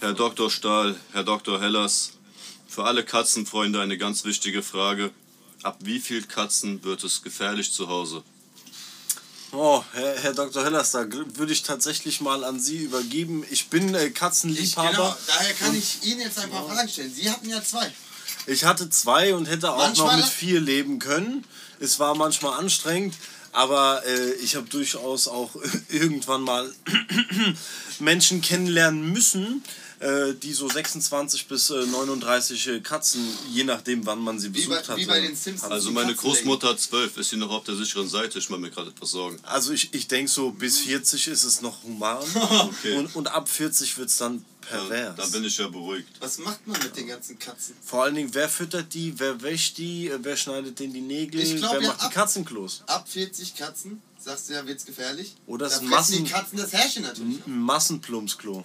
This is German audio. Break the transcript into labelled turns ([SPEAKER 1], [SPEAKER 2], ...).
[SPEAKER 1] Herr Dr. Stahl, Herr Dr. Hellers, für alle Katzenfreunde eine ganz wichtige Frage. Ab wie viel Katzen wird es gefährlich zu Hause? Also
[SPEAKER 2] Oh, Herr, Herr Dr. Hellers, da gr- würde ich tatsächlich mal an Sie übergeben. Ich bin äh,
[SPEAKER 3] Ich,
[SPEAKER 2] Katzenliebhaber.
[SPEAKER 3] genau, daher kann ich Ihnen jetzt ein paar Fragen stellen. Sie hatten ja zwei.
[SPEAKER 2] Ich hatte zwei und hätte auch noch
[SPEAKER 3] Manchmal-
[SPEAKER 2] mit vier leben können. Es war manchmal anstrengend, aber äh, ich habe durchaus auch irgendwann mal Menschen kennenlernen müssen, äh, die so 26 bis äh, 39 äh, Katzen, je nachdem, wann man sie
[SPEAKER 3] Wie bei,
[SPEAKER 2] besucht hat.
[SPEAKER 3] wie bei den Simpsons.
[SPEAKER 1] Also
[SPEAKER 3] die
[SPEAKER 1] meine
[SPEAKER 3] Katzenlänge.
[SPEAKER 1] Großmutter hat zwölf, ist sie noch auf der sicheren Seite? Ich mache mir gerade etwas Sorgen.
[SPEAKER 2] Also ich, ich denke so, bis 40 ist es noch human
[SPEAKER 1] Okay.
[SPEAKER 2] und, und ab 40 wird es dann pervers.
[SPEAKER 1] Da bin ich ja beruhigt.
[SPEAKER 3] Was macht man mit den ganzen Katzen?
[SPEAKER 2] Vor allen Dingen, wer füttert die, wer wäscht die, äh, wer schneidet denen die Nägel,
[SPEAKER 3] Ich glaub,
[SPEAKER 2] wer
[SPEAKER 3] ja,
[SPEAKER 2] macht
[SPEAKER 3] ab-
[SPEAKER 2] die Katzenklos?
[SPEAKER 3] Ab 40 Katzen, sagst du ja, wird's gefährlich.
[SPEAKER 2] Oder
[SPEAKER 3] da
[SPEAKER 2] es
[SPEAKER 3] fressen
[SPEAKER 2] Massen- Mhm.
[SPEAKER 3] die Katzen das Herrchen natürlich.
[SPEAKER 2] Ein Massenplumpsklo.